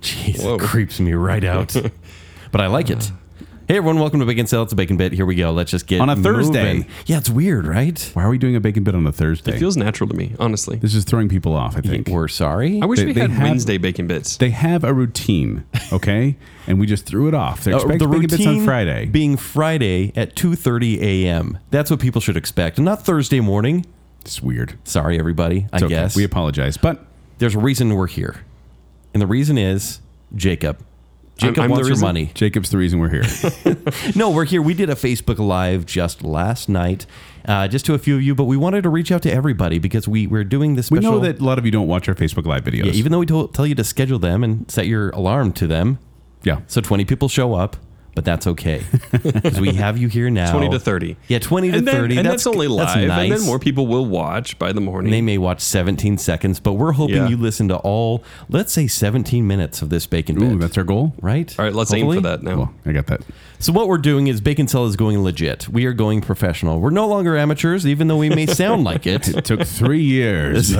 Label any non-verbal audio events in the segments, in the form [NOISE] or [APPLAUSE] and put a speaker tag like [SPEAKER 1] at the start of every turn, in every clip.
[SPEAKER 1] Jeez,
[SPEAKER 2] Whoa.
[SPEAKER 1] it creeps me
[SPEAKER 3] [LAUGHS]
[SPEAKER 1] right out. but I like it. Hey everyone, welcome to Bacon Sale. It's a Bacon Bit. Here we go. Let's just get
[SPEAKER 3] Uh. On a Thursday.
[SPEAKER 1] moving. Yeah, it's weird, right?
[SPEAKER 3] Why are we doing a bacon bit on a Thursday?
[SPEAKER 2] It feels natural to me, honestly.
[SPEAKER 3] this is throwing people off, I think.
[SPEAKER 1] We're sorry.
[SPEAKER 2] I wish
[SPEAKER 3] They-
[SPEAKER 2] we
[SPEAKER 3] they
[SPEAKER 2] had
[SPEAKER 3] have-
[SPEAKER 2] Wednesday bacon bits.
[SPEAKER 3] They have a routine, okay?
[SPEAKER 1] [LAUGHS]
[SPEAKER 3] and we just threw it off. They're
[SPEAKER 1] Uh,
[SPEAKER 3] expecting
[SPEAKER 1] the
[SPEAKER 3] bacon bits on
[SPEAKER 1] routine
[SPEAKER 3] Friday.
[SPEAKER 1] being Friday at 2:30 a.m. That's what people should expect, and not Thursday morning.
[SPEAKER 3] it's weird.
[SPEAKER 1] Sorry, everybody. I
[SPEAKER 3] It's okay.
[SPEAKER 1] guess
[SPEAKER 3] We apologize. But
[SPEAKER 1] there's a reason we're here, and the reason is Jacob. Jacob
[SPEAKER 2] I'm the
[SPEAKER 1] wants your
[SPEAKER 2] reason?
[SPEAKER 1] money.
[SPEAKER 3] Jacob's the reason
[SPEAKER 1] [LAUGHS]
[SPEAKER 3] we're here.
[SPEAKER 1] No, we're here. We did a Facebook Live just last night, uh, just to a few of you, but we wanted to reach out to everybody because we, we're doing this
[SPEAKER 3] we
[SPEAKER 1] special.
[SPEAKER 3] know that a lot of you don't watch our Facebook Live videos.
[SPEAKER 1] Yeah, even though we told, tell you to schedule them and set your alarm to them,
[SPEAKER 3] yeah.
[SPEAKER 1] so 20 people show up, but that's
[SPEAKER 2] [LAUGHS]
[SPEAKER 1] okay. Because we have you here now.
[SPEAKER 2] 20 to 30.
[SPEAKER 1] Yeah, 20 to
[SPEAKER 2] and then,
[SPEAKER 1] 30.
[SPEAKER 2] and that's, only live.
[SPEAKER 1] that's nice.
[SPEAKER 2] And then more people will watch by the morning.
[SPEAKER 1] They may watch 17 seconds, but we're hoping
[SPEAKER 2] Yeah.
[SPEAKER 1] you listen to all, let's say 17 minutes of this bacon bit.
[SPEAKER 3] Ooh, that's our goal?
[SPEAKER 1] right?
[SPEAKER 2] All right, let's
[SPEAKER 1] Hopefully.
[SPEAKER 2] aim for that now.
[SPEAKER 3] Well, I got that.
[SPEAKER 1] So what we're doing is Bacon Cell is going legit. We are going professional. We're no longer amateurs, even though we may sound like it.
[SPEAKER 2] [LAUGHS]
[SPEAKER 1] [LAUGHS]
[SPEAKER 3] Took three years.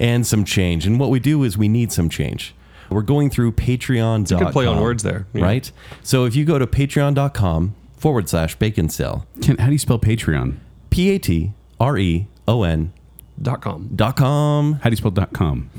[SPEAKER 1] and some change. And what we do is we need some change. We're going through Patreon. It's a
[SPEAKER 2] good play on words there. Yeah.
[SPEAKER 1] right? So if you go to patreon.com forward slash bacon cell,
[SPEAKER 3] Ken, how do you spell Patreon?
[SPEAKER 1] P A T R E O N
[SPEAKER 2] Dot com.
[SPEAKER 1] dot com
[SPEAKER 3] How do you spell dot com?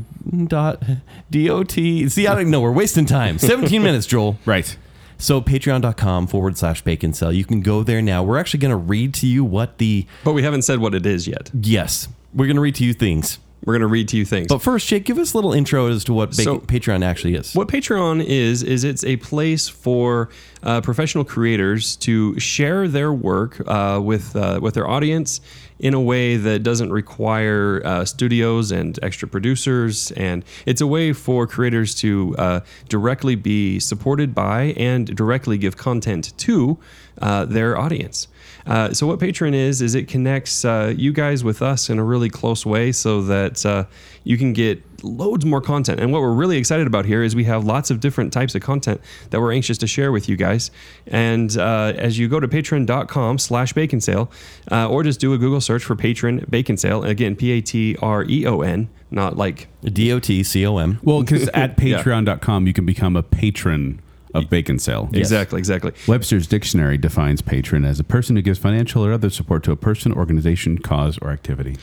[SPEAKER 1] dot D O T. See, I don't know. We're wasting time.
[SPEAKER 2] [LAUGHS]
[SPEAKER 1] 17 minutes, Joel.
[SPEAKER 3] Right.
[SPEAKER 1] So patreon.com forward slash bacon cell. You can go there now. We're actually going to read to you what the,
[SPEAKER 2] But we haven't said what it is yet.
[SPEAKER 1] yes, we're going to read to you things.
[SPEAKER 2] We're going to read to you things.
[SPEAKER 1] But first, Jake, give us a little intro as to what Bac-
[SPEAKER 2] So-
[SPEAKER 1] Patreon actually is.
[SPEAKER 2] What Patreon is is it's a place for uh, professional creators to share their work uh, with uh, with their audience in a way that doesn't require uh, studios and extra producers, and it's a way for creators to uh, directly be supported by and directly give content to uh, their audience. Uh, so what Patreon is is it connects uh, you guys with us in a really close way, so that uh, you can get loads more content. And what we're really excited about here is we have lots of different types of content that we're anxious to share with you guys. And uh, as you go to patreon.com slash bacon sale, uh, or just do a Google search for patron bacon sale. Again, P-A-T-R-E-O-N, E not like
[SPEAKER 1] D O T C O M.
[SPEAKER 3] Well,
[SPEAKER 1] [LAUGHS]
[SPEAKER 3] because at
[SPEAKER 2] Yeah.
[SPEAKER 3] patreon.com, you can become a patron of Bacon Sale.
[SPEAKER 2] exactly, exactly.
[SPEAKER 3] Webster's Dictionary defines patron as a person who gives financial or other support to a person, organization, cause, or activity.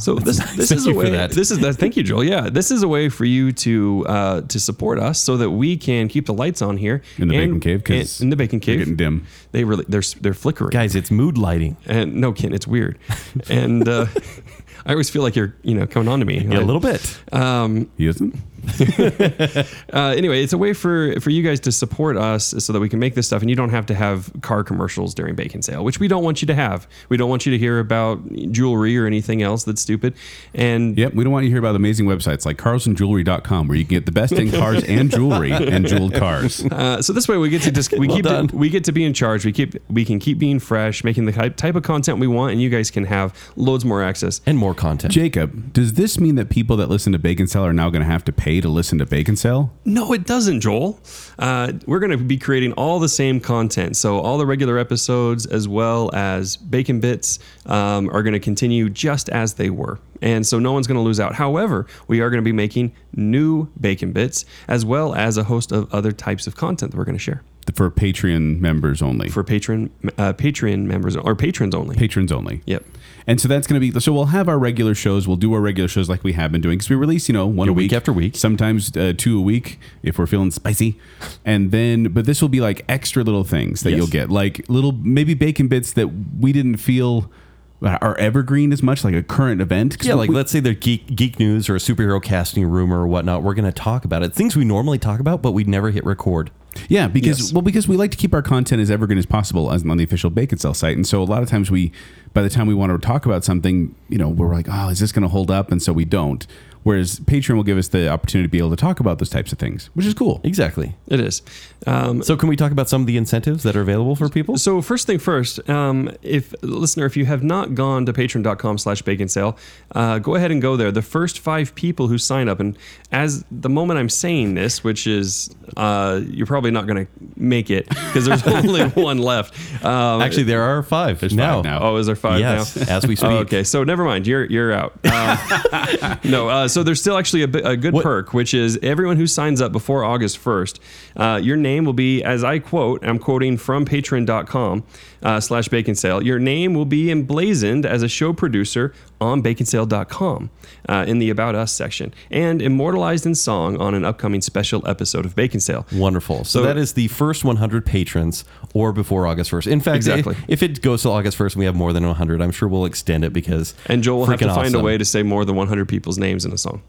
[SPEAKER 2] So this this
[SPEAKER 1] Thank
[SPEAKER 2] is a
[SPEAKER 1] you for
[SPEAKER 2] way.
[SPEAKER 1] that.
[SPEAKER 2] This is that. Thank you, Joel. Yeah, this is a way for you to uh, to support us so that we can keep the lights on here
[SPEAKER 3] In the bacon
[SPEAKER 2] and-
[SPEAKER 3] cave, 'cause
[SPEAKER 2] and- in the bacon
[SPEAKER 3] They're getting
[SPEAKER 2] cave.
[SPEAKER 3] dim.
[SPEAKER 2] They really they're s- they're flickering.
[SPEAKER 1] Guys, it's mood lighting.
[SPEAKER 2] and no ken it's weird and
[SPEAKER 1] [LAUGHS]
[SPEAKER 2] uh, i always feel like you're you know coming on to me
[SPEAKER 1] Yeah, a little bit.
[SPEAKER 2] um,
[SPEAKER 3] He isn't?
[SPEAKER 2] uh, anyway it's a way for for you guys to support us so that we can make this stuff and you don't have to have car commercials during bacon sale which we don't want you to have we don't want you to hear about jewelry or anything else that's stupid and
[SPEAKER 3] Yep, we don't want you to hear about amazing websites like carlsonjewelry.com where you can get the
[SPEAKER 2] [LAUGHS]
[SPEAKER 3] best in cars and jewelry and jeweled cars.
[SPEAKER 2] Uh, so this way we get to just
[SPEAKER 1] [LAUGHS]
[SPEAKER 2] we keep
[SPEAKER 1] done.
[SPEAKER 2] to, we get to be in charge. We keep we can keep being fresh, making the type, type of content we want, and you guys can have loads more access.
[SPEAKER 1] And more content.
[SPEAKER 3] Jacob, does this mean that people that listen to Bacon Sale are now going to have to pay to listen to Bacon Sale?
[SPEAKER 2] No, it doesn't, Joel. Uh, we're going to be creating all the same content. So, all the regular episodes, as well as Bacon Bits, um, are going to continue just as they were. And so, no one's going to lose out. However, we are going to be making new Bacon Bits, as well as a host of other types of content that we're going to share
[SPEAKER 3] For Patreon members only.
[SPEAKER 2] for patron, uh, Patreon members or patrons only.
[SPEAKER 3] patrons only.
[SPEAKER 2] Yep.
[SPEAKER 3] And so that's going to be so we'll have our regular shows. We'll do our regular shows like we have been doing because we release you know one a week,
[SPEAKER 1] week after week.
[SPEAKER 3] sometimes uh, two a week if we're feeling spicy. And then, but this will be like extra little things that
[SPEAKER 1] Yes.
[SPEAKER 3] you'll get, like little maybe bacon bits that we didn't feel are evergreen as much, like a current event. 'Cause
[SPEAKER 1] Yeah,
[SPEAKER 3] we-
[SPEAKER 1] like let's say they're geek, geek news or a superhero casting rumor or whatnot. We're going to talk about it. Things we normally talk about, but we'd never hit record.
[SPEAKER 3] Yeah, because
[SPEAKER 2] Yes.
[SPEAKER 3] well, because we like to keep our content as evergreen as possible as on the official Bacon Cell site, and so a lot of times we, by the time we want to talk about something, you know, we're like, oh, is this going to hold up? And so we don't. Whereas Patreon will give us the opportunity to be able to talk about those types of things, which is cool.
[SPEAKER 1] Exactly.
[SPEAKER 2] It is. Um,
[SPEAKER 1] So, can we talk about some of the incentives that are available for people?
[SPEAKER 2] So first thing first, um, if listener, if you have not gone to patreon.com slash bacon sale, uh, go ahead and go there. The first five people who sign up, and as the moment I'm saying this, which is uh, you're probably not going to make it because there's [LAUGHS] only one left. Um,
[SPEAKER 1] Actually, there are five. There's
[SPEAKER 3] five now.
[SPEAKER 2] Oh, is there five
[SPEAKER 1] Yes, [LAUGHS]
[SPEAKER 2] now?
[SPEAKER 1] as we speak.
[SPEAKER 2] Oh, okay, so never mind. You're you're out.
[SPEAKER 1] [LAUGHS]
[SPEAKER 2] Um, no, uh, so there's still actually a, bi- a good perk, which is everyone who signs up before August 1st, uh, your name will be, as I quote, I'm quoting from patreon.com uh, slash bacon sale, your name will be emblazoned as a show producer on baconsale.com uh, in the About Us section and immortalized in song on an upcoming special episode of Bacon Sale.
[SPEAKER 1] Wonderful. So,
[SPEAKER 2] So-
[SPEAKER 1] that is the first 100 patrons or before August 1st. In fact,
[SPEAKER 2] Exactly.
[SPEAKER 1] if, if it goes to August 1st and we have more than 100, I'm sure we'll extend it because
[SPEAKER 2] And Joel will have to
[SPEAKER 1] freaking
[SPEAKER 2] find a
[SPEAKER 1] awesome.
[SPEAKER 2] way to say more than 100 people's names in a song.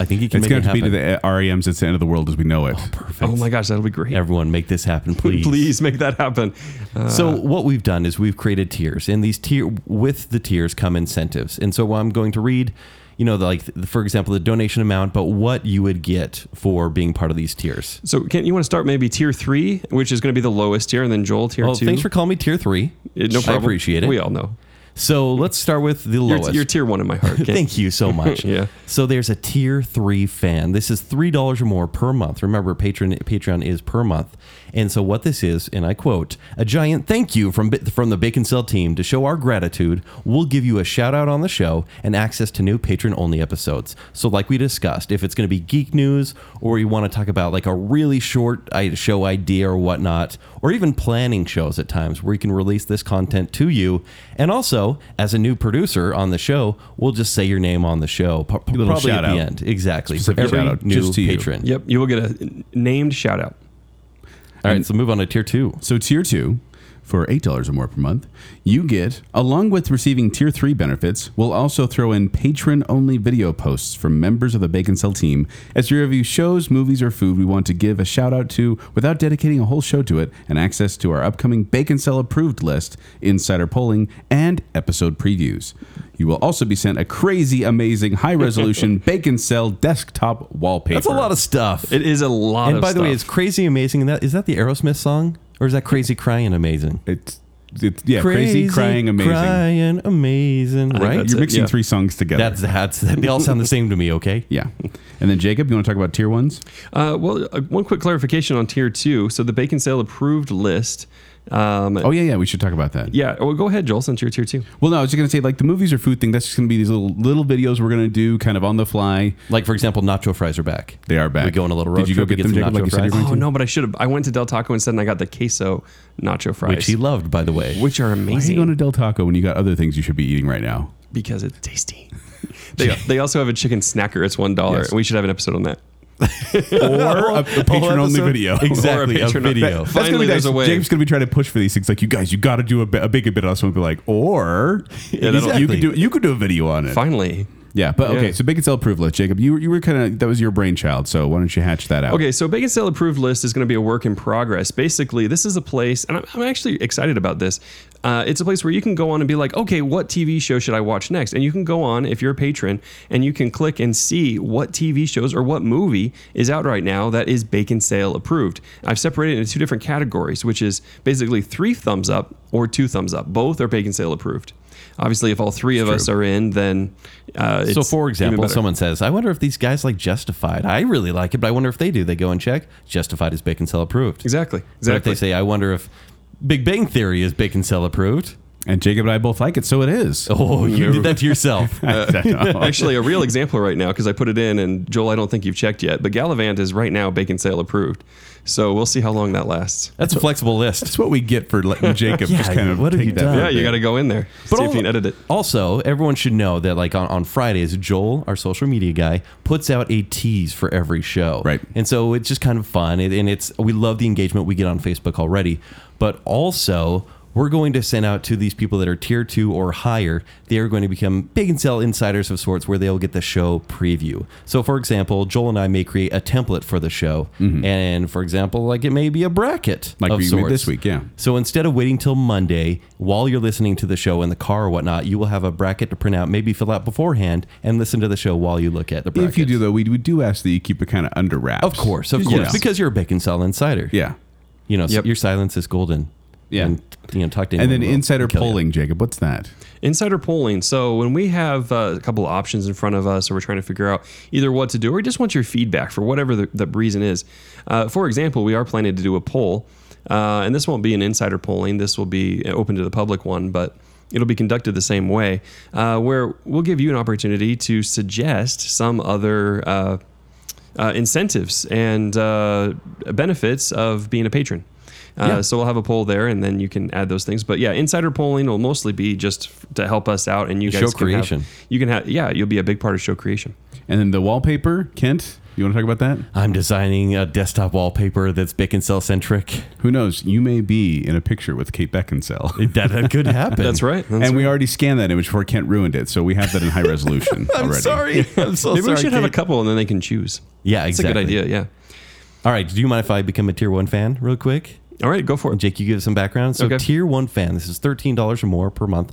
[SPEAKER 1] I think you can
[SPEAKER 3] It's
[SPEAKER 1] make
[SPEAKER 3] going
[SPEAKER 1] it
[SPEAKER 3] to be
[SPEAKER 1] happen.
[SPEAKER 3] to the uh, REMs. It's the end of the world as we know it.
[SPEAKER 1] Perfect.
[SPEAKER 2] Oh my gosh, that'll be great.
[SPEAKER 1] Everyone make this happen, please.
[SPEAKER 2] [LAUGHS] Please make that happen. Uh,
[SPEAKER 1] So what we've done is we've created tiers, and these tier with the tiers come incentives. And so I'm going to read, you know, the, like for example, the donation amount, but what you would get for being part of these tiers.
[SPEAKER 2] So, Kent, you want to start maybe tier three, which is going to be the lowest tier, and then Joel tier
[SPEAKER 1] Well,
[SPEAKER 2] two.
[SPEAKER 1] thanks for calling me tier three.
[SPEAKER 2] Yeah, no problem.
[SPEAKER 1] I appreciate it.
[SPEAKER 2] We all know.
[SPEAKER 1] So let's start with the
[SPEAKER 2] You're,
[SPEAKER 1] lowest.
[SPEAKER 2] you're tier one in
[SPEAKER 1] [LAUGHS]
[SPEAKER 2] my heart. Kent.
[SPEAKER 1] Thank you so much.
[SPEAKER 2] Yeah.
[SPEAKER 1] So there's a tier three fan. This is three dollars or more per month. Remember, patron Patreon is per month. And so what this is, and I quote, a giant thank you from Bi- from the Bacon Cell team to show our gratitude. We'll give you a shout out on the show and access to new patron only episodes. So like we discussed, if it's going to be geek news or you want to talk about like a really short i- show idea or whatnot, or even planning shows at times where you can release this content to you. And also, as a new producer on the show, we'll just say your name on the show, pro-
[SPEAKER 3] little
[SPEAKER 1] probably at
[SPEAKER 3] shout out.
[SPEAKER 1] the end. Exactly. For
[SPEAKER 3] Specific
[SPEAKER 1] every
[SPEAKER 3] shout out
[SPEAKER 1] new
[SPEAKER 3] just to you.
[SPEAKER 1] patron.
[SPEAKER 2] Yep, you will get a named shout out.
[SPEAKER 1] All right, so move on to tier two.
[SPEAKER 3] So tier two, for eight dollars or more per month, you get, along with receiving tier three benefits, we'll also throw in patron-only video posts from members of the Bacon Cell team as we review shows, movies, or food we want to give a shout out to without dedicating a whole show to it, and access to our upcoming Bacon Cell approved list, insider polling, and episode previews. You will also be sent a crazy, amazing,
[SPEAKER 1] [LAUGHS]
[SPEAKER 3] high-resolution Bacon Cell desktop wallpaper.
[SPEAKER 1] That's a lot of stuff.
[SPEAKER 2] It is a lot.
[SPEAKER 1] and
[SPEAKER 2] of
[SPEAKER 1] by the way,
[SPEAKER 2] stuff.
[SPEAKER 1] it's crazy amazing. And that is that the Aerosmith song, or is that crazy crying amazing?
[SPEAKER 3] It's, it's yeah, crazy, crying, amazing.
[SPEAKER 1] crying amazing. Right.
[SPEAKER 2] that's
[SPEAKER 3] You're
[SPEAKER 2] it,
[SPEAKER 3] mixing
[SPEAKER 2] yeah.
[SPEAKER 3] three songs together.
[SPEAKER 1] That's that's they all sound the same to me. Okay.
[SPEAKER 3] Yeah. And then Jacob, you want to talk about tier ones?
[SPEAKER 2] uh, well, uh, one quick clarification on tier two. So the bacon sale approved list. Um,
[SPEAKER 3] Oh yeah, yeah. We should talk about that.
[SPEAKER 2] yeah. Well, go ahead, Joel, since you're tier two.
[SPEAKER 3] Well, no, I was just gonna say like the movies or food thing. That's just gonna be these little little videos we're gonna do kind of on the fly.
[SPEAKER 1] Like for example, nacho fries are back.
[SPEAKER 3] They are back.
[SPEAKER 1] We go on a little road
[SPEAKER 3] Did you
[SPEAKER 1] trip.
[SPEAKER 3] go
[SPEAKER 1] we
[SPEAKER 3] get them,
[SPEAKER 1] some
[SPEAKER 3] Jacob? Like you
[SPEAKER 1] nacho
[SPEAKER 3] said, you're
[SPEAKER 1] fries,
[SPEAKER 3] going
[SPEAKER 2] Oh no, but I should have. I went to Del Taco instead, and I got the queso nacho fries,
[SPEAKER 1] which he loved, by the way.
[SPEAKER 2] which are
[SPEAKER 3] Why are you
[SPEAKER 2] amazing
[SPEAKER 3] going to Del Taco when you got other things you should be eating right now?
[SPEAKER 2] because it's
[SPEAKER 1] [LAUGHS]
[SPEAKER 2] tasty. they, they also have a chicken snacker. It's one dollar.
[SPEAKER 3] Yes.
[SPEAKER 2] We should have an episode on that.
[SPEAKER 3] [LAUGHS] Or a, patron only
[SPEAKER 1] episode?
[SPEAKER 3] video.
[SPEAKER 1] [LAUGHS] Exactly, a
[SPEAKER 2] Patreon-
[SPEAKER 1] video.
[SPEAKER 3] That's gonna
[SPEAKER 2] Finally,
[SPEAKER 3] be
[SPEAKER 2] there's
[SPEAKER 3] nice.
[SPEAKER 2] a way.
[SPEAKER 3] James gonna be trying to push for these things. Like you guys, you got to do a, bi- a big bit on this one. Be like, or
[SPEAKER 1] that'll-
[SPEAKER 3] you could do you could do a video on it.
[SPEAKER 2] Finally.
[SPEAKER 3] Yeah, but okay.
[SPEAKER 2] Yeah.
[SPEAKER 3] So bacon cell proof list, Jacob. You you were kind of that was your brainchild. So why don't you hatch that
[SPEAKER 1] Oh.
[SPEAKER 3] out?
[SPEAKER 2] Okay, so Bacon Sale Approved List is going to be a work in progress. Basically, this is a place, and I'm, I'm actually excited about this. Uh, it's a place where you can go on and be like, okay, what TV show should I watch next? And you can go on if you're a patron and you can click and see what TV shows or what movie is out right now that is Bacon Sale approved. I've separated it into two different categories, which is basically three thumbs up or two thumbs up. Both are Bacon Sale approved. Obviously, if all three of us are in, then uh,
[SPEAKER 1] So,
[SPEAKER 2] it's
[SPEAKER 1] for
[SPEAKER 2] even
[SPEAKER 1] example,
[SPEAKER 2] better.
[SPEAKER 1] someone says, "I wonder if these guys like Justified. I really like it, but I wonder if they do." They go and check. Justified is Bacon Cell approved.
[SPEAKER 2] exactly,
[SPEAKER 1] But if
[SPEAKER 2] exactly.
[SPEAKER 1] they say, "I wonder if Big Bang Theory is Bacon Cell approved," [LAUGHS]
[SPEAKER 3] And Jacob and I both like it, so it is.
[SPEAKER 1] oh, you did that to
[SPEAKER 2] [LAUGHS]
[SPEAKER 3] [LAUGHS]
[SPEAKER 1] yourself.
[SPEAKER 2] Actually, a real example right now because I put it in, and Joel, I don't think you've checked yet, but Gallivant is right now bacon sale approved. So we'll see how long that lasts.
[SPEAKER 1] That's a flexible list.
[SPEAKER 3] That's what we get for letting Jacob
[SPEAKER 1] [LAUGHS] Yeah,
[SPEAKER 3] just kind of
[SPEAKER 1] what have
[SPEAKER 3] take
[SPEAKER 1] you
[SPEAKER 3] that.
[SPEAKER 1] done?
[SPEAKER 2] Yeah, you got to go in there, see if
[SPEAKER 1] al-
[SPEAKER 2] you can edit it.
[SPEAKER 1] Also, everyone should know that like on, on Fridays, Joel, our social media guy, puts out a tease for every show.
[SPEAKER 3] Right.
[SPEAKER 1] And so it's just kind of fun. It, and it's we love the engagement we get on Facebook already. But also we're going to send out to these people that are tier two or higher. They are going to become big and sell insiders of sorts where they'll get the show preview. So, for example, Joel and I may create a template for the show. And for example, like it may be a bracket.
[SPEAKER 3] Mm-hmm. Like
[SPEAKER 1] of
[SPEAKER 3] we made
[SPEAKER 1] sorts.
[SPEAKER 3] this week, yeah.
[SPEAKER 1] So instead of waiting till Monday while you're listening to the show in the car or whatnot, you will have a bracket to print out, maybe fill out beforand, and listen to the show while you look at the bracket.
[SPEAKER 3] If you do though, we, we do ask that you keep it kind of under wraps.
[SPEAKER 1] of course, of
[SPEAKER 3] Just,
[SPEAKER 1] course,
[SPEAKER 3] you know.
[SPEAKER 1] because you're a bacon cell insider.
[SPEAKER 3] yeah.
[SPEAKER 1] You know, so
[SPEAKER 2] Yep.
[SPEAKER 1] your silence is golden.
[SPEAKER 3] Yeah.
[SPEAKER 1] And you know talk to
[SPEAKER 3] And
[SPEAKER 1] anyone
[SPEAKER 3] then
[SPEAKER 1] will
[SPEAKER 3] insider
[SPEAKER 1] kill you.
[SPEAKER 3] polling, Jacob. What's that?
[SPEAKER 2] Insider polling. So when we have uh, a couple of options in front of us, or we're trying to figure out either what to do, or we just want your feedback for whatever the, the reason is. Uh, for example, we are planning to do a poll, uh, and this won't be an insider polling. This will be open to the public one, but it'll be conducted the same way, uh, where we'll give you an opportunity to suggest some other. Uh, uh, incentives and uh, benefits of being a patron. Uh,
[SPEAKER 3] Yeah.
[SPEAKER 2] So we'll have a poll there, and then you can add those things. But yeah, insider polling will mostly be just f- to help us out, and you
[SPEAKER 1] Show
[SPEAKER 2] guys can have-
[SPEAKER 1] creation.
[SPEAKER 2] you can have yeah, you'll be a big part of show creation.
[SPEAKER 3] And then the wallpaper, Kent. You want to talk about that?
[SPEAKER 1] I'm designing a desktop wallpaper that's Bickinsale centric.
[SPEAKER 3] Who knows? You may be in a picture with Kate Beckinsale.
[SPEAKER 1] [LAUGHS] That, that could happen.
[SPEAKER 2] That's right. That's
[SPEAKER 3] and
[SPEAKER 2] right.
[SPEAKER 3] we already scanned that image before Kent ruined it, so we have that
[SPEAKER 1] [LAUGHS]
[SPEAKER 3] in high resolution
[SPEAKER 1] I'm
[SPEAKER 3] already.
[SPEAKER 1] sorry. [LAUGHS] I'm so
[SPEAKER 2] maybe
[SPEAKER 1] sorry.
[SPEAKER 2] we should have a
[SPEAKER 1] Kate.
[SPEAKER 2] couple, and then they can choose.
[SPEAKER 1] Yeah,
[SPEAKER 2] That's
[SPEAKER 1] exactly.
[SPEAKER 2] a good idea. Yeah.
[SPEAKER 1] All right. Do you mind if I become a tier one fan real quick?
[SPEAKER 2] All right, go for it.
[SPEAKER 1] Jake, you give some background. So,
[SPEAKER 2] Okay.
[SPEAKER 1] tier one fan, this is $13 or more per month.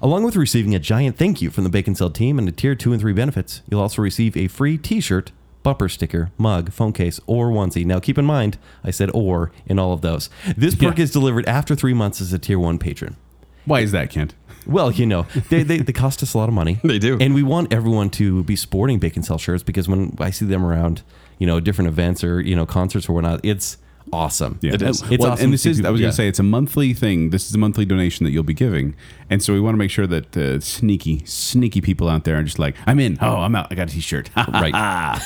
[SPEAKER 1] Along with receiving a giant thank you from the Bacon Cell team and the tier two and three benefits, you'll also receive a free t shirt, bumper sticker, mug, phone case, or onesie. Now, keep in mind, I said or in all of those. This perk
[SPEAKER 3] Yeah.
[SPEAKER 1] is delivered after three months as a tier one patron.
[SPEAKER 3] Why is that, Kent?
[SPEAKER 1] Well, you know, they, they, they cost us a lot
[SPEAKER 3] [LAUGHS]
[SPEAKER 1] of money.
[SPEAKER 2] They do.
[SPEAKER 1] And we want everyone to be sporting Bacon Cell shirts because when I see them around, you know, different events or, you know, concerts or whatnot, it's awesome.
[SPEAKER 3] Yeah.
[SPEAKER 2] It is.
[SPEAKER 1] It's awesome
[SPEAKER 3] And this
[SPEAKER 1] to see
[SPEAKER 3] is, I was going
[SPEAKER 1] people- yeah.
[SPEAKER 3] to say, it's a monthly thing. This is a monthly donation that you'll be giving. And so we want to make sure that uh, sneaky, sneaky people out there are just like, I'm in. Oh, I'm out. I got a t [LAUGHS] shirt.
[SPEAKER 1] right.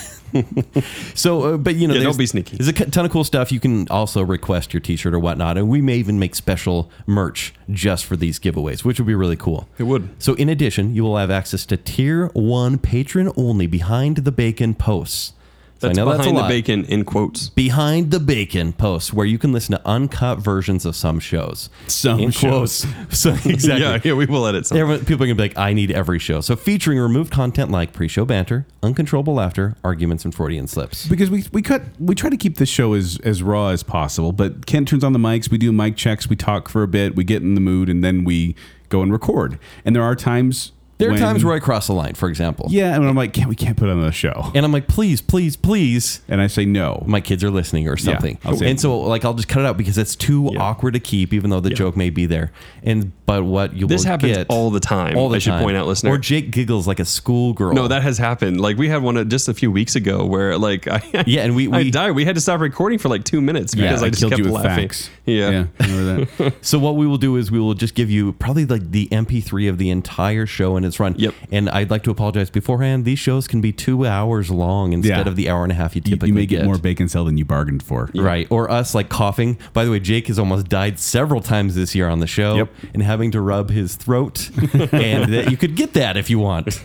[SPEAKER 1] so, uh, but you know,
[SPEAKER 2] Yeah, don't
[SPEAKER 1] there's-
[SPEAKER 2] be sneaky.
[SPEAKER 1] There's a c- ton of cool stuff. You can also request your T-shirt or whatnot, and we may even make special merch just for these giveaways, which would be really cool.
[SPEAKER 2] It would.
[SPEAKER 1] So, in addition, you will have access to Tier One patron only behind the bacon posts. So
[SPEAKER 2] That's behind the
[SPEAKER 1] lot.
[SPEAKER 2] bacon in quotes.
[SPEAKER 1] Behind the Bacon posts, where you can listen to uncut versions of some shows.
[SPEAKER 3] Some
[SPEAKER 1] In
[SPEAKER 3] shows.
[SPEAKER 1] quotes. [LAUGHS] So exactly.
[SPEAKER 2] [LAUGHS] Yeah, yeah, we will edit some.
[SPEAKER 1] Everyone, people are going to be like, I need every show. So featuring removed content like pre-show banter, uncontrollable laughter, arguments, and Freudian slips.
[SPEAKER 3] because we we cut we try to keep this show as as raw as possible. But Kent turns on the mics, we do mic checks, we talk for a bit, we get in the mood, and then we go and record. And there are times
[SPEAKER 1] There are
[SPEAKER 3] when-
[SPEAKER 1] times where I cross the line, for example.
[SPEAKER 3] yeah, and I'm like, can't we can't put on the show?
[SPEAKER 1] And I'm like, please, please, please.
[SPEAKER 3] And I say no.
[SPEAKER 1] My kids are listening or something.
[SPEAKER 3] I'll say-
[SPEAKER 1] and so like I'll just cut it out because it's too awkward to keep, even though the joke may be there. And but what you
[SPEAKER 2] This
[SPEAKER 1] will
[SPEAKER 2] happens
[SPEAKER 1] get
[SPEAKER 2] all the time.
[SPEAKER 1] all the
[SPEAKER 2] I should
[SPEAKER 1] time.
[SPEAKER 2] point out, listener.
[SPEAKER 1] Or Jake giggles like a schoolgirl.
[SPEAKER 2] No, that has happened. Like we had one uh, just a few weeks ago where like [LAUGHS] I
[SPEAKER 1] Yeah, and we-
[SPEAKER 2] I
[SPEAKER 1] we-
[SPEAKER 2] died. We had to stop recording for like two minutes because I, just
[SPEAKER 3] killed
[SPEAKER 2] kept
[SPEAKER 3] you with
[SPEAKER 2] laughing.
[SPEAKER 3] facts.
[SPEAKER 2] Yeah.
[SPEAKER 3] yeah, remember
[SPEAKER 1] [LAUGHS]
[SPEAKER 3] that?
[SPEAKER 1] So what we will do is we will just give you probably like the MP3 of the entire show and its run.
[SPEAKER 2] Yep.
[SPEAKER 1] And I'd like to apologize beforehand. These shows can be two hours long instead
[SPEAKER 3] Yeah.
[SPEAKER 1] of the hour and a half you
[SPEAKER 3] you,
[SPEAKER 1] typically
[SPEAKER 3] you may get more bacon cell than you bargained for.
[SPEAKER 1] Right. Or us like coughing. By the way, Jake has almost died several times this year on the show
[SPEAKER 3] Yep.
[SPEAKER 1] and having to rub
[SPEAKER 3] [LAUGHS]
[SPEAKER 1] his throat. and that you could get that if you want.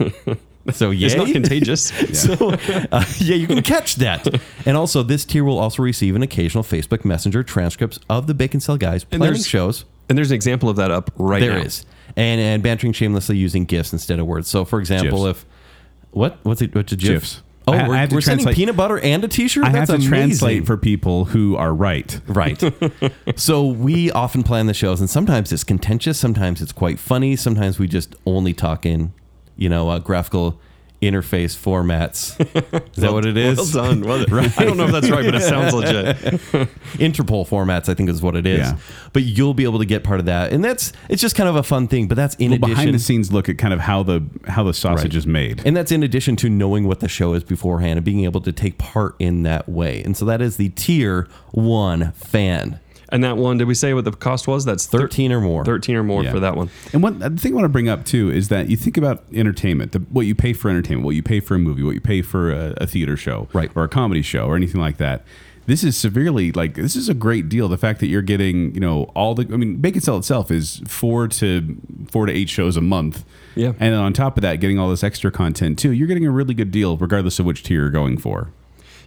[SPEAKER 1] So yeah.
[SPEAKER 2] It's not contagious.
[SPEAKER 1] So, [LAUGHS] uh, yeah, you can catch that. And also, this tier will also receive an occasional Facebook Messenger transcripts of the Bacon Cell guys planning
[SPEAKER 2] there's-
[SPEAKER 1] shows.
[SPEAKER 2] And there's an example of that up right
[SPEAKER 1] There is,
[SPEAKER 2] now.
[SPEAKER 1] And and bantering shamelessly using gifs instead of words. So for example,
[SPEAKER 3] GIFs.
[SPEAKER 1] if what what's it what's a gif?
[SPEAKER 3] GIFs.
[SPEAKER 1] Oh,
[SPEAKER 3] I- I
[SPEAKER 1] we're,
[SPEAKER 3] have to
[SPEAKER 1] we're sending
[SPEAKER 3] translate-
[SPEAKER 1] peanut butter and a t-shirt.
[SPEAKER 3] I have
[SPEAKER 1] That's
[SPEAKER 3] to
[SPEAKER 1] amazing.
[SPEAKER 3] translate for people who are right.
[SPEAKER 1] Right. [LAUGHS] so we often plan the shows, and sometimes it's contentious, sometimes it's quite funny, sometimes we just only talk in, you know, uh, graphical interface
[SPEAKER 3] [LAUGHS]
[SPEAKER 1] formats. Is that what it is?
[SPEAKER 2] Well
[SPEAKER 1] [LAUGHS]
[SPEAKER 2] done. Well done. I don't know if that's right, but it sounds legit.
[SPEAKER 1] Interpol formats, I think, is what it is.
[SPEAKER 3] Yeah.
[SPEAKER 1] But you'll be able to get part of that, and that's it's just kind of a fun thing. But that's in
[SPEAKER 3] Well, behind
[SPEAKER 1] addition.
[SPEAKER 3] the scenes look at kind of how the how the sausage is made.
[SPEAKER 1] And that's in addition to knowing what the show is beforehand and being able to take part in that way. And so that is the tier one fan,
[SPEAKER 2] And that one, did we say what the cost was? That's thir-
[SPEAKER 1] 13 or more.
[SPEAKER 2] 13 or more
[SPEAKER 3] Yeah.
[SPEAKER 2] for that one.
[SPEAKER 3] And one the thing I want to bring up too is that you think about entertainment, the, what you pay for entertainment, what you pay for a movie, what you pay for a, a theater show,
[SPEAKER 1] Right.
[SPEAKER 3] or a comedy show, or anything like that. This is severely like this is a great deal. The fact that you're getting you know all the I mean, Bacon Cell itself is four to four to eight shows a month.
[SPEAKER 2] Yeah.
[SPEAKER 3] and then on top of that, getting all this extra content too, you're getting a really good deal regardless of which tier you're going for.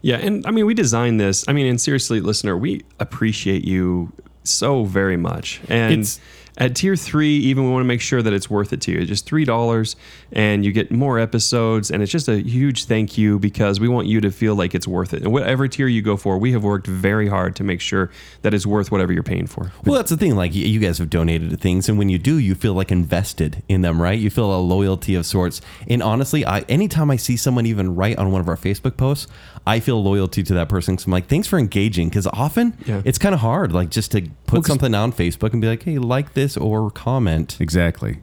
[SPEAKER 2] Yeah, and I mean, we designed this. I mean, and seriously, listener, we appreciate you so very much. And
[SPEAKER 1] It's-
[SPEAKER 2] at tier three, even we want to make sure that it's worth it to you. It's just three dollars, and you get more episodes, and it's just a huge thank you because we want you to feel like it's worth it. And whatever tier you go for, we have worked very hard to make sure that it's worth whatever you're paying for.
[SPEAKER 1] Well, that's the thing. Like, y- you guys have donated to things, and when you do, you feel like invested in them, right? You feel a loyalty of sorts. And honestly, I anytime I see someone even write on one of our Facebook posts, I feel loyalty to that person. So I'm like, thanks for engaging, because often
[SPEAKER 2] Yeah.
[SPEAKER 1] it's kind of hard, like just to put
[SPEAKER 3] Well, 'cause-
[SPEAKER 1] something on Facebook and be like, hey, like this or comment.
[SPEAKER 3] Exactly.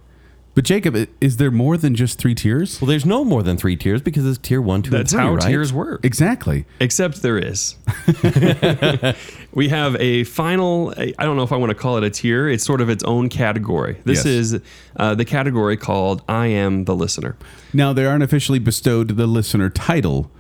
[SPEAKER 3] But Jacob, i- is there more than just three tiers?
[SPEAKER 1] Well, there's no more than three tiers because it's tier one, two,
[SPEAKER 2] That's
[SPEAKER 1] and three.
[SPEAKER 2] how
[SPEAKER 1] right?
[SPEAKER 2] tiers work.
[SPEAKER 3] Exactly.
[SPEAKER 2] Except
[SPEAKER 3] [LAUGHS]
[SPEAKER 2] there is. we have a final, I I don't know if I want to call it a tier. It's sort of its own category. This
[SPEAKER 3] Yes.
[SPEAKER 2] is uh, the category called I Am the Listener.
[SPEAKER 3] Now they aren't officially bestowed the listener title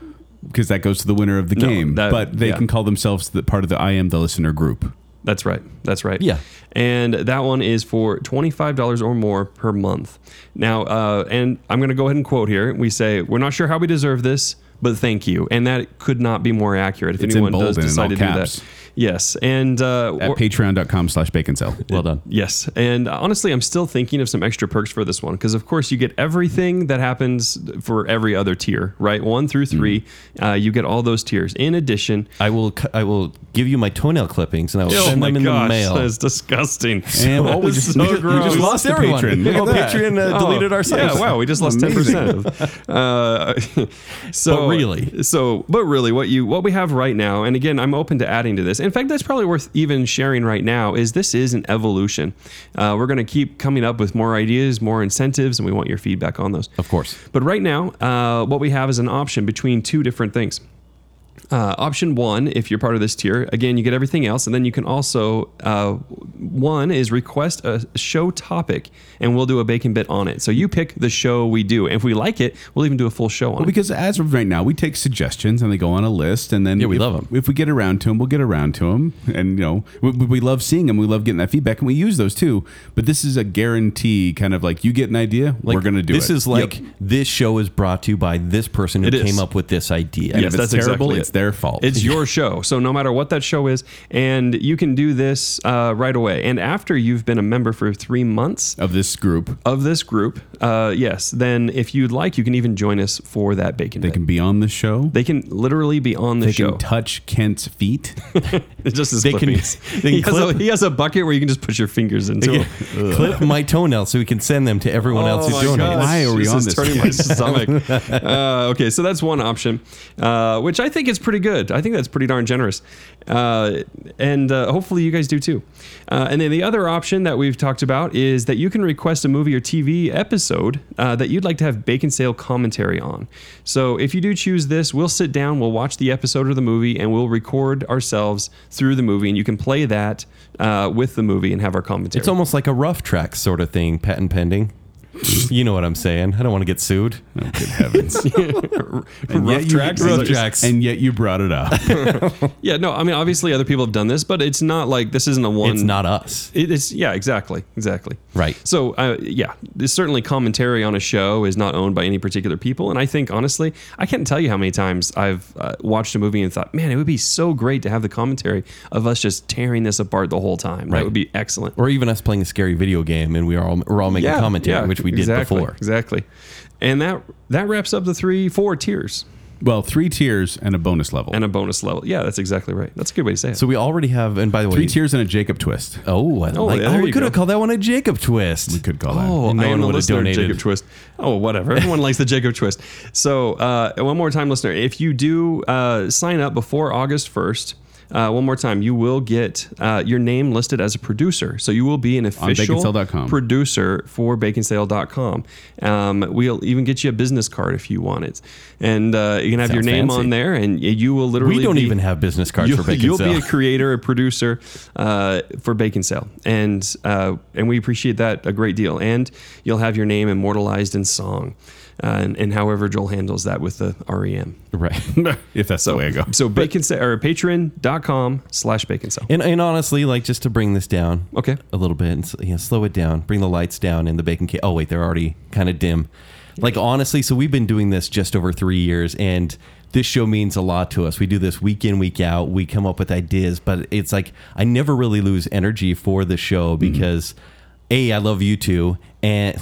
[SPEAKER 3] because that goes to the winner of the
[SPEAKER 2] No,
[SPEAKER 3] game,
[SPEAKER 2] that-
[SPEAKER 3] but they
[SPEAKER 2] yeah.
[SPEAKER 3] can call themselves the part of the I am the listener group.
[SPEAKER 2] That's right. That's right.
[SPEAKER 1] Yeah.
[SPEAKER 2] And that one is for $25 or more per month. Now, uh, and I'm going to go ahead and quote here. We say, we're not sure how we deserve this, but thank you. And that could not be more accurate if
[SPEAKER 3] It's in
[SPEAKER 2] anyone does
[SPEAKER 3] bold and in
[SPEAKER 2] decide to
[SPEAKER 3] all
[SPEAKER 2] do
[SPEAKER 3] caps.
[SPEAKER 2] that. Yes. And uh,
[SPEAKER 3] At
[SPEAKER 2] we're-
[SPEAKER 3] patreon.com slash bacon cell.
[SPEAKER 1] Well done.
[SPEAKER 2] Yes, and honestly, I'm still thinking of some extra perks for this one because, of course, you get everything that happens for every other tier, right? One through three, uh, you get all those tiers. In addition,
[SPEAKER 1] I will. cu- I will give you my toenail clippings, and I will
[SPEAKER 2] Oh
[SPEAKER 1] send them in the mail.
[SPEAKER 2] that's disgusting. [LAUGHS]
[SPEAKER 3] And well, we
[SPEAKER 2] That's
[SPEAKER 3] just-
[SPEAKER 1] [LAUGHS]
[SPEAKER 2] so
[SPEAKER 3] we just- we
[SPEAKER 2] gross.
[SPEAKER 3] just lost the
[SPEAKER 1] everyone.
[SPEAKER 3] patron. Look
[SPEAKER 1] Oh,
[SPEAKER 3] at that.
[SPEAKER 1] Patreon uh,
[SPEAKER 2] Oh,
[SPEAKER 1] deleted our site.
[SPEAKER 2] Yeah, wow, we just lost ten percent. Uh, [LAUGHS] so
[SPEAKER 1] But really.
[SPEAKER 2] so but really, what you what we have right now, and again, I'm open to adding to this. In fact, that's probably worth even sharing right now. Is this is an evolution? Uh, we're going to keep coming up with more ideas, more incentives, and we want your feedback on those.
[SPEAKER 1] Of course.
[SPEAKER 2] But right now, uh, what we have is an option between two different things. Uh, option one, if you're part of this tier, again, you get everything else. And then you can also, uh, one is request a show topic and we'll do a bacon bit on it. So you pick the show we do. And if we like it, we'll even do a full show on
[SPEAKER 3] Well,
[SPEAKER 2] it.
[SPEAKER 3] because as of right now, we take suggestions and they go on a list, and then
[SPEAKER 1] Yeah, we
[SPEAKER 3] if,
[SPEAKER 1] love 'em.
[SPEAKER 3] If we get around to them, we'll get around to them, and you know, we, we love seeing them. We love getting that feedback, and we use those too. But this is a guarantee, kind of like you get an idea, we're going to do
[SPEAKER 1] this
[SPEAKER 3] it.
[SPEAKER 1] is like this show is brought to you by this person who
[SPEAKER 2] It is.
[SPEAKER 1] came up with this idea.
[SPEAKER 3] and
[SPEAKER 2] Yes,
[SPEAKER 3] if it's
[SPEAKER 2] that's
[SPEAKER 3] terrible,
[SPEAKER 2] exactly it.
[SPEAKER 3] it's their fault.
[SPEAKER 2] It's your show. So no matter what that show is, and you can do this uh, right away. And after you've been a member for three months,
[SPEAKER 3] of this group.
[SPEAKER 2] of this group, uh, yes, then if you'd like, you can even join us for that bacon.
[SPEAKER 3] They
[SPEAKER 2] bit.
[SPEAKER 3] can be on the show.
[SPEAKER 2] They can literally be on the
[SPEAKER 3] They
[SPEAKER 2] show.
[SPEAKER 3] can touch Kent's feet.
[SPEAKER 2] [LAUGHS] It's just as
[SPEAKER 1] They can-
[SPEAKER 2] clippings.
[SPEAKER 1] [LAUGHS] they can
[SPEAKER 2] he, has a,
[SPEAKER 1] clip-
[SPEAKER 2] he has a bucket where you can just put your fingers into.
[SPEAKER 1] Yeah.
[SPEAKER 2] it.
[SPEAKER 1] Clip my toenail so we can send them to everyone else who donates.
[SPEAKER 3] God. Why are we
[SPEAKER 2] Oh This
[SPEAKER 3] on
[SPEAKER 2] is
[SPEAKER 3] this? [LAUGHS]
[SPEAKER 2] Turning my stomach. Uh, okay, so that's one option, uh, which I think is pretty good. I think that's pretty darn generous, uh, and uh, hopefully you guys do too. Uh, and then the other option that we've talked about is that you can request a movie or TV episode uh, that you'd like to have Bacon Sale commentary on. So if you do choose this, we'll sit down, we'll watch the episode or the movie, and we'll record ourselves through the movie, and you can play that uh, with the movie and have our commentary.
[SPEAKER 1] It's almost like a rough track sort of thing, patent pending. you know what I'm saying? I don't want to get sued.
[SPEAKER 3] oh, good heavens! And yet
[SPEAKER 2] [LAUGHS] rough
[SPEAKER 3] you-
[SPEAKER 2] tracks.
[SPEAKER 1] rough tracks.
[SPEAKER 3] And yet you brought it up.
[SPEAKER 2] Yeah, no, I mean, obviously other people have done this, but it's not like this isn't a one.
[SPEAKER 1] It's not us.
[SPEAKER 2] It is, yeah, exactly, exactly.
[SPEAKER 1] Right.
[SPEAKER 2] So, uh, yeah, there's certainly commentary on a show is not owned by any particular people, and I think honestly, I can't tell you how many times I've uh, watched a movie and thought, man, it would be so great to have the commentary of us just tearing this apart the whole time. That
[SPEAKER 1] Right.
[SPEAKER 2] would be excellent.
[SPEAKER 1] Or even us playing a scary video game and we are all, we're all making commentary, which we did
[SPEAKER 2] exactly,
[SPEAKER 1] before.
[SPEAKER 2] Exactly. And that that wraps up the three, four tiers
[SPEAKER 3] Well, three tiers and a bonus level.
[SPEAKER 2] and a bonus level. Yeah, that's exactly right. That's a good way to say it.
[SPEAKER 1] So we already have, and by the way,
[SPEAKER 3] three tiers and a Jacob twist.
[SPEAKER 1] Oh, I
[SPEAKER 2] Oh,
[SPEAKER 1] like.
[SPEAKER 2] yeah,
[SPEAKER 1] oh,
[SPEAKER 2] there
[SPEAKER 1] we
[SPEAKER 2] you
[SPEAKER 1] could have
[SPEAKER 2] go.
[SPEAKER 1] called that one a Jacob twist.
[SPEAKER 3] We could call that.
[SPEAKER 2] Oh,
[SPEAKER 1] And no
[SPEAKER 2] I
[SPEAKER 1] one
[SPEAKER 2] am a
[SPEAKER 1] would've
[SPEAKER 2] listener of
[SPEAKER 1] donated.
[SPEAKER 2] Jacob Twist. Oh, whatever. Everyone likes the Jacob Twist. So, uh, one more time, listener, if you do uh, sign up before August 1st, uh, one more time, you will get uh, your name listed as a producer. So you will be an official
[SPEAKER 3] baconcell.com.
[SPEAKER 2] producer for baconsale.com. Um, we'll even get you a business card if you want it. And uh, you can have your
[SPEAKER 1] Sounds
[SPEAKER 2] name
[SPEAKER 1] fancy.
[SPEAKER 2] on there, and you will literally
[SPEAKER 1] we don't
[SPEAKER 2] be-
[SPEAKER 1] even have business cards
[SPEAKER 2] you'll,
[SPEAKER 1] for Bacon
[SPEAKER 2] [LAUGHS] you'll
[SPEAKER 1] Cell.
[SPEAKER 2] be a creator, a producer uh, for Bacon Sale, and uh, and we appreciate that a great deal. And you'll have your name immortalized in song, uh, and, and however Joel handles that with the REM.
[SPEAKER 1] [LAUGHS] right.
[SPEAKER 3] [LAUGHS] if that's the way I go.
[SPEAKER 2] [LAUGHS] So Bacon Sale or patron.com slash Bacon Sale.
[SPEAKER 1] And, and honestly, like just to bring this down
[SPEAKER 2] Okay.
[SPEAKER 1] a little bit and s- you know, slow it down, bring the lights down in the bacon cake. Oh wait, they're already kind of dim. Like honestly, so we've been doing this just over three years, and this show means a lot to us. We do this week in, week out. We come up with ideas, but it's like I never really lose energy for the show
[SPEAKER 2] Mm-hmm.
[SPEAKER 1] because a I love you two, and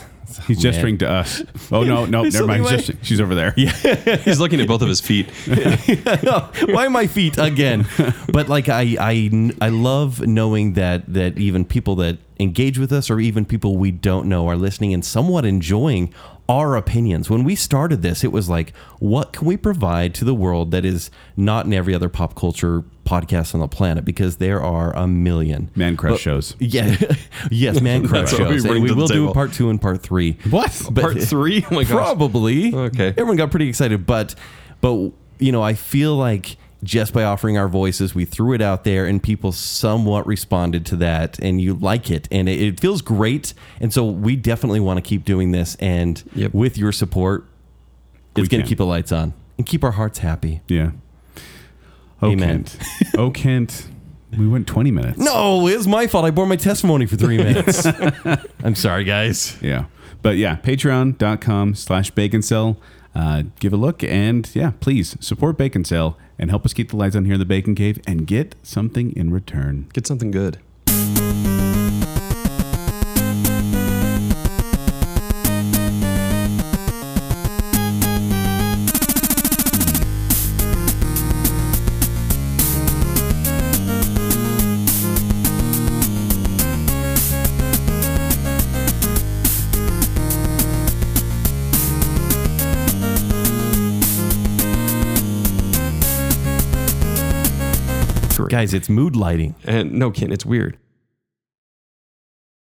[SPEAKER 3] He's gesturing to us. Oh no, no, never mind. He's
[SPEAKER 1] something
[SPEAKER 3] gesturing. She's over there. Yeah.
[SPEAKER 2] He's looking at both of his feet.
[SPEAKER 1] [LAUGHS] Why my feet again? But like I, I I love knowing that that even people that engage with us or even people we don't know are listening and somewhat enjoying our opinions. When we started this, it was like, what can we provide to the world that is not in every other pop culture podcast on the planet? Because there are a million.
[SPEAKER 3] Man crush
[SPEAKER 1] But-
[SPEAKER 3] shows.
[SPEAKER 1] Yeah. [LAUGHS] yes,
[SPEAKER 2] [LAUGHS]
[SPEAKER 1] man crush
[SPEAKER 2] what we
[SPEAKER 1] shows.
[SPEAKER 2] bring
[SPEAKER 1] And we
[SPEAKER 2] to the
[SPEAKER 1] will do
[SPEAKER 2] table.
[SPEAKER 1] a part two and part three.
[SPEAKER 3] What?
[SPEAKER 1] [LAUGHS] But-
[SPEAKER 2] Part three? Oh my gosh.
[SPEAKER 1] Probably.
[SPEAKER 2] Okay.
[SPEAKER 1] Everyone got pretty excited, but but you know, I feel like just by offering our voices, we threw it out there and people somewhat responded to that and you like it and it, it feels great. And so we definitely want to keep doing this and
[SPEAKER 2] Yep.
[SPEAKER 1] with your support,
[SPEAKER 3] We
[SPEAKER 1] it's going
[SPEAKER 3] can.
[SPEAKER 1] to keep the lights on and keep our hearts happy.
[SPEAKER 3] Yeah. Oh,
[SPEAKER 1] Amen.
[SPEAKER 3] Kent. Oh, Kent. We went 20 minutes.
[SPEAKER 1] No, it's my fault. I bore my testimony for three
[SPEAKER 2] [LAUGHS]
[SPEAKER 1] minutes. I'm sorry, guys.
[SPEAKER 3] Yeah. But yeah, patreon.com slash bacon cell. Uh, give a look and yeah, please support Bacon Cell and help us keep the lights on here in the Bacon Cave and get something in return.
[SPEAKER 2] Get something good.
[SPEAKER 1] Guys, it's mood lighting.
[SPEAKER 2] And no, Ken, it's weird.